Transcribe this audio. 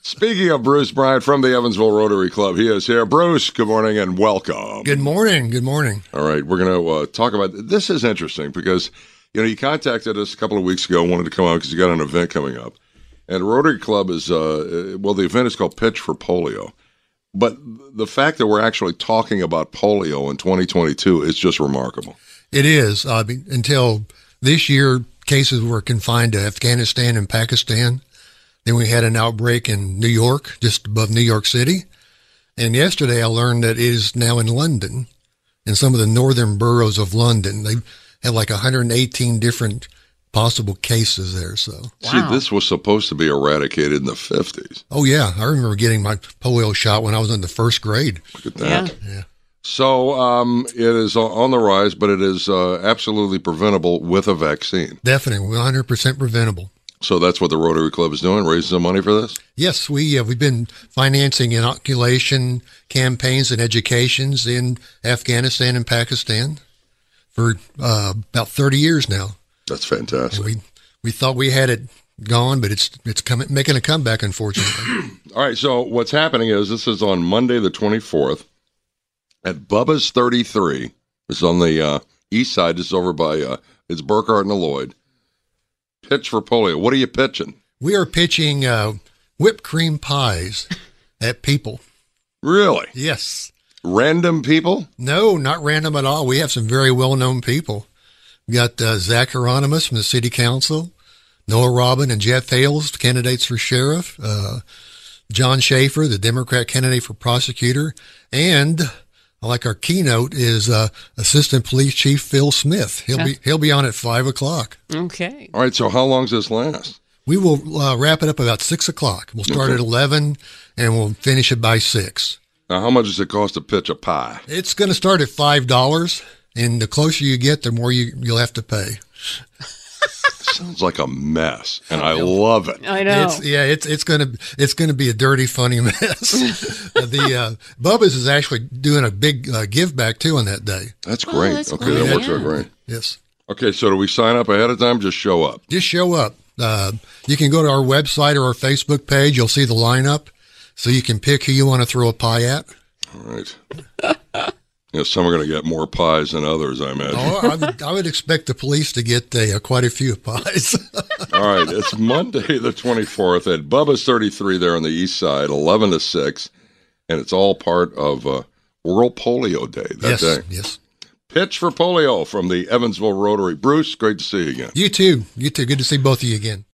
Speaking of Bruce Bryant from the Evansville Rotary Club, he is here. Bruce, good morning and welcome. Good morning. Good morning. All right, we're going to uh, talk about this. Is interesting because you know he contacted us a couple of weeks ago, wanted to come out because he got an event coming up, and Rotary Club is uh, uh, well, the event is called Pitch for Polio, but the fact that we're actually talking about polio in 2022 is just remarkable. It is. I mean, until this year, cases were confined to Afghanistan and Pakistan. Then we had an outbreak in New York, just above New York City. And yesterday I learned that it is now in London, in some of the northern boroughs of London. They have like 118 different possible cases there. So, See, this was supposed to be eradicated in the 50s. oh yeah, I remember getting my polio shot when I was in the first grade. Look at that. So um, it is o- on the rise, but it is uh, absolutely preventable with a vaccine. Definitely 100% preventable. So that's what the Rotary Club is doing, raising some money for this. Yes, we uh, we've been financing inoculation campaigns and educations in Afghanistan and Pakistan for uh, about 30 years now. That's fantastic. We we thought we had it gone, but it's it's coming making a comeback. Unfortunately, All right. So what's happening is this is on Monday the twenty fourth at Bubba's thirty three. It's on the uh, east side. It's over by uh, it's Burkhart and Lloyd. Pitch for polio. What are you pitching? we are pitching uh, whipped cream pies at people. Really? Yes, Random people? no, not random at all. We have some very well known people. We got uh, Zach Hieronymus from the City Council, Noah Robin and Jeff Hales, candidates for sheriff. Uh, John Schaefer, the Democrat candidate for prosecutor, and I like our keynote is uh, Assistant Police Chief Phil Smith. He'll be he'll be on at five o'clock. Okay. All right. So how long does this last? We will uh, wrap it up about six o'clock. We'll start at eleven, and we'll finish it by six. Now, how much does it cost to pitch a pie? It's going to start at five dollars, and the closer you get, the more you you'll have to pay. Sounds like a mess, and I love it. I know. It's yeah, it's it's gonna it's gonna be a dirty, funny mess. the uh, Bubba's is actually doing a big uh, give back too on that day. That's Oh, great. that's okay, great, that works out yeah. great. Yes, Okay, so do we sign up ahead of time? Just show up. just show up. Uh, you can go to our website or our Facebook page. You'll see the lineup, so you can pick who you want to throw a pie at. All right. you know, some are going to get more pies than others, I imagine. Oh, I would, I would expect the police to get uh, quite a few pies. Oh. All right, it's Monday the 24th at Bubba's 33 there on the east side, 11 to 6, and it's all part of uh, World Polio Day that yes, day. yes. Pitch for polio from the Evansville Rotary. Bruce, great to see you again. You too. You too. Good to see both of you again.